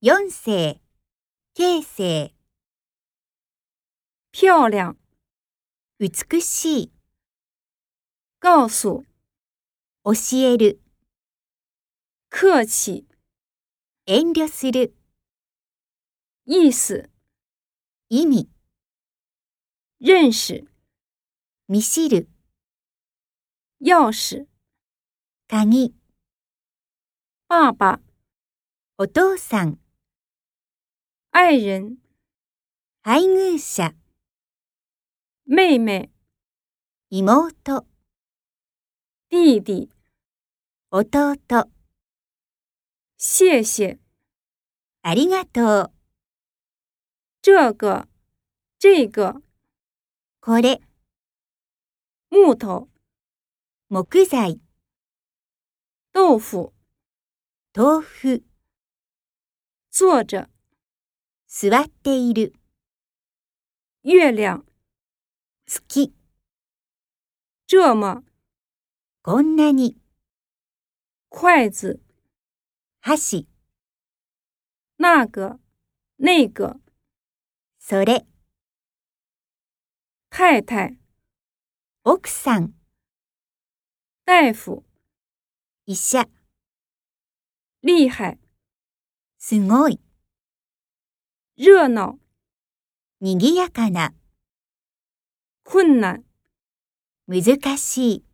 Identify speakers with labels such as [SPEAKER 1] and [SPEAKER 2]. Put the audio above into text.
[SPEAKER 1] 四世、形成、
[SPEAKER 2] 漂亮、
[SPEAKER 1] 美しい、
[SPEAKER 2] 告诉、
[SPEAKER 1] 教える、
[SPEAKER 2] 客气、
[SPEAKER 1] 遠慮する、
[SPEAKER 2] 意思、
[SPEAKER 1] 意味、
[SPEAKER 2] 认识、
[SPEAKER 1] 見知る、
[SPEAKER 2] 钥匙、
[SPEAKER 1] 鍵、
[SPEAKER 2] 爸爸、
[SPEAKER 1] お父さん、
[SPEAKER 2] 爱人、
[SPEAKER 1] 配偶者、
[SPEAKER 2] 妹妹、
[SPEAKER 1] 妹、
[SPEAKER 2] 弟弟。
[SPEAKER 1] 弟、
[SPEAKER 2] 谢谢。
[SPEAKER 1] ありがとう、
[SPEAKER 2] 这个，这个
[SPEAKER 1] これ、
[SPEAKER 2] 木头、
[SPEAKER 1] 木材、
[SPEAKER 2] 豆腐、
[SPEAKER 1] 豆腐、
[SPEAKER 2] 坐着，
[SPEAKER 1] 座っている、
[SPEAKER 2] 月亮，
[SPEAKER 1] 好き、
[SPEAKER 2] 这么，
[SPEAKER 1] こんなに、
[SPEAKER 2] 筷子，
[SPEAKER 1] 箸、
[SPEAKER 2] 那个，那个，
[SPEAKER 1] それ、
[SPEAKER 2] 太太，
[SPEAKER 1] 奥さん、
[SPEAKER 2] 大夫，
[SPEAKER 1] 医者、
[SPEAKER 2] 厉害，
[SPEAKER 1] すごい、
[SPEAKER 2] 热闹，
[SPEAKER 1] 賑やかな、
[SPEAKER 2] 困难。
[SPEAKER 1] 難しい。